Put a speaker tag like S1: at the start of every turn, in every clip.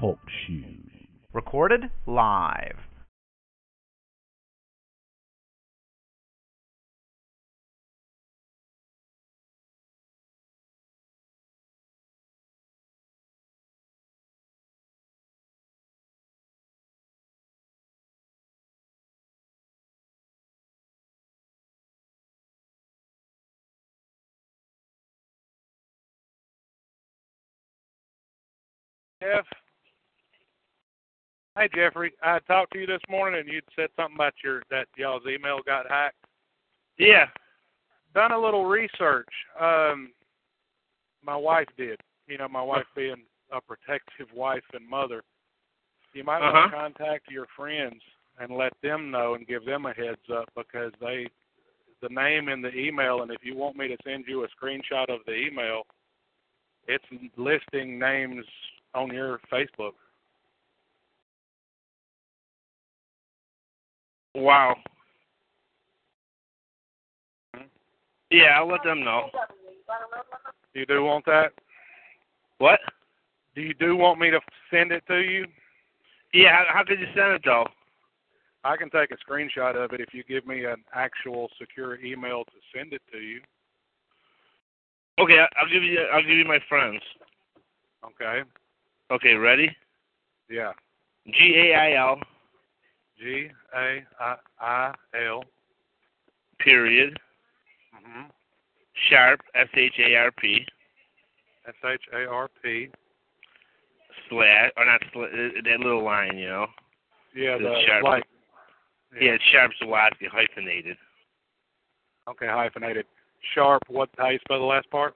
S1: Talk Shoes. Recorded live.
S2: Jeff. Hey Jeffrey, I talked to you this morning and you'd said something about your that y'all's email got hacked. Yeah. Done a little research. Um my wife did. You know, my wife being a protective wife and mother. You might want to contact your friends and let them know and give them a heads up because they the name in the email and if you want me to send you a screenshot of the email, it's listing names on your Facebook.
S3: Wow.
S2: Hmm?
S3: Yeah, I'll let them know.
S2: You do want that?
S3: What?
S2: Do you do want me to send it to you?
S3: Yeah, how, how could you send it though?
S2: I can take a screenshot of it if you give me an actual secure email to send it to you.
S3: Okay, I- I'll give you. I'll give you my friends.
S2: Okay.
S3: Okay, ready?
S2: Yeah.
S3: G A I L
S2: G A I I L.
S3: period
S2: Mhm.
S3: sharp S H A R P
S2: S H A R P.
S3: slash or not slash, that little line, you know?
S2: Yeah.
S3: It's
S2: The
S3: sharp.
S2: like.
S3: Yeah, it's sharp Zawaski hyphenated.
S2: Okay. Hyphenated. Sharp. What? How you spell the last part?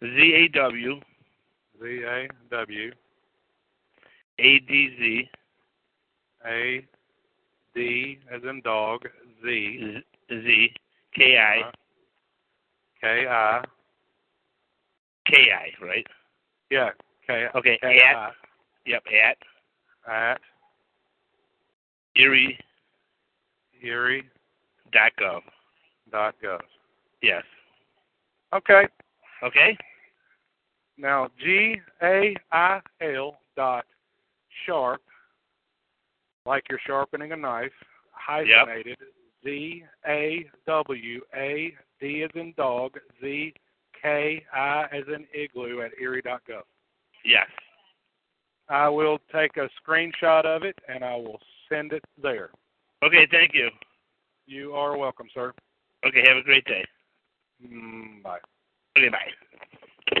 S3: Z A W
S2: Z A W
S3: A D Z
S2: A D as in dog. Z
S3: Z K I
S2: K I.
S3: K I, right?
S2: Yeah. K.
S3: Okay,
S2: K I.
S3: at- Yep, at
S2: at
S3: Erie
S2: erie.gov.
S3: dot gov. Yes.
S2: Okay.
S3: Okay?
S2: Now, G A I L dot sharp, like you're sharpening a knife, hyphenated, Z A W A D as in dog, Z K I as in igloo at erie.gov.
S3: Yes.
S2: I will take a screenshot of it and I will send it there.
S3: Okay, thank you.
S2: You are welcome, sir.
S3: Okay, have a great day.
S2: Mm, bye.
S3: Okay, bye.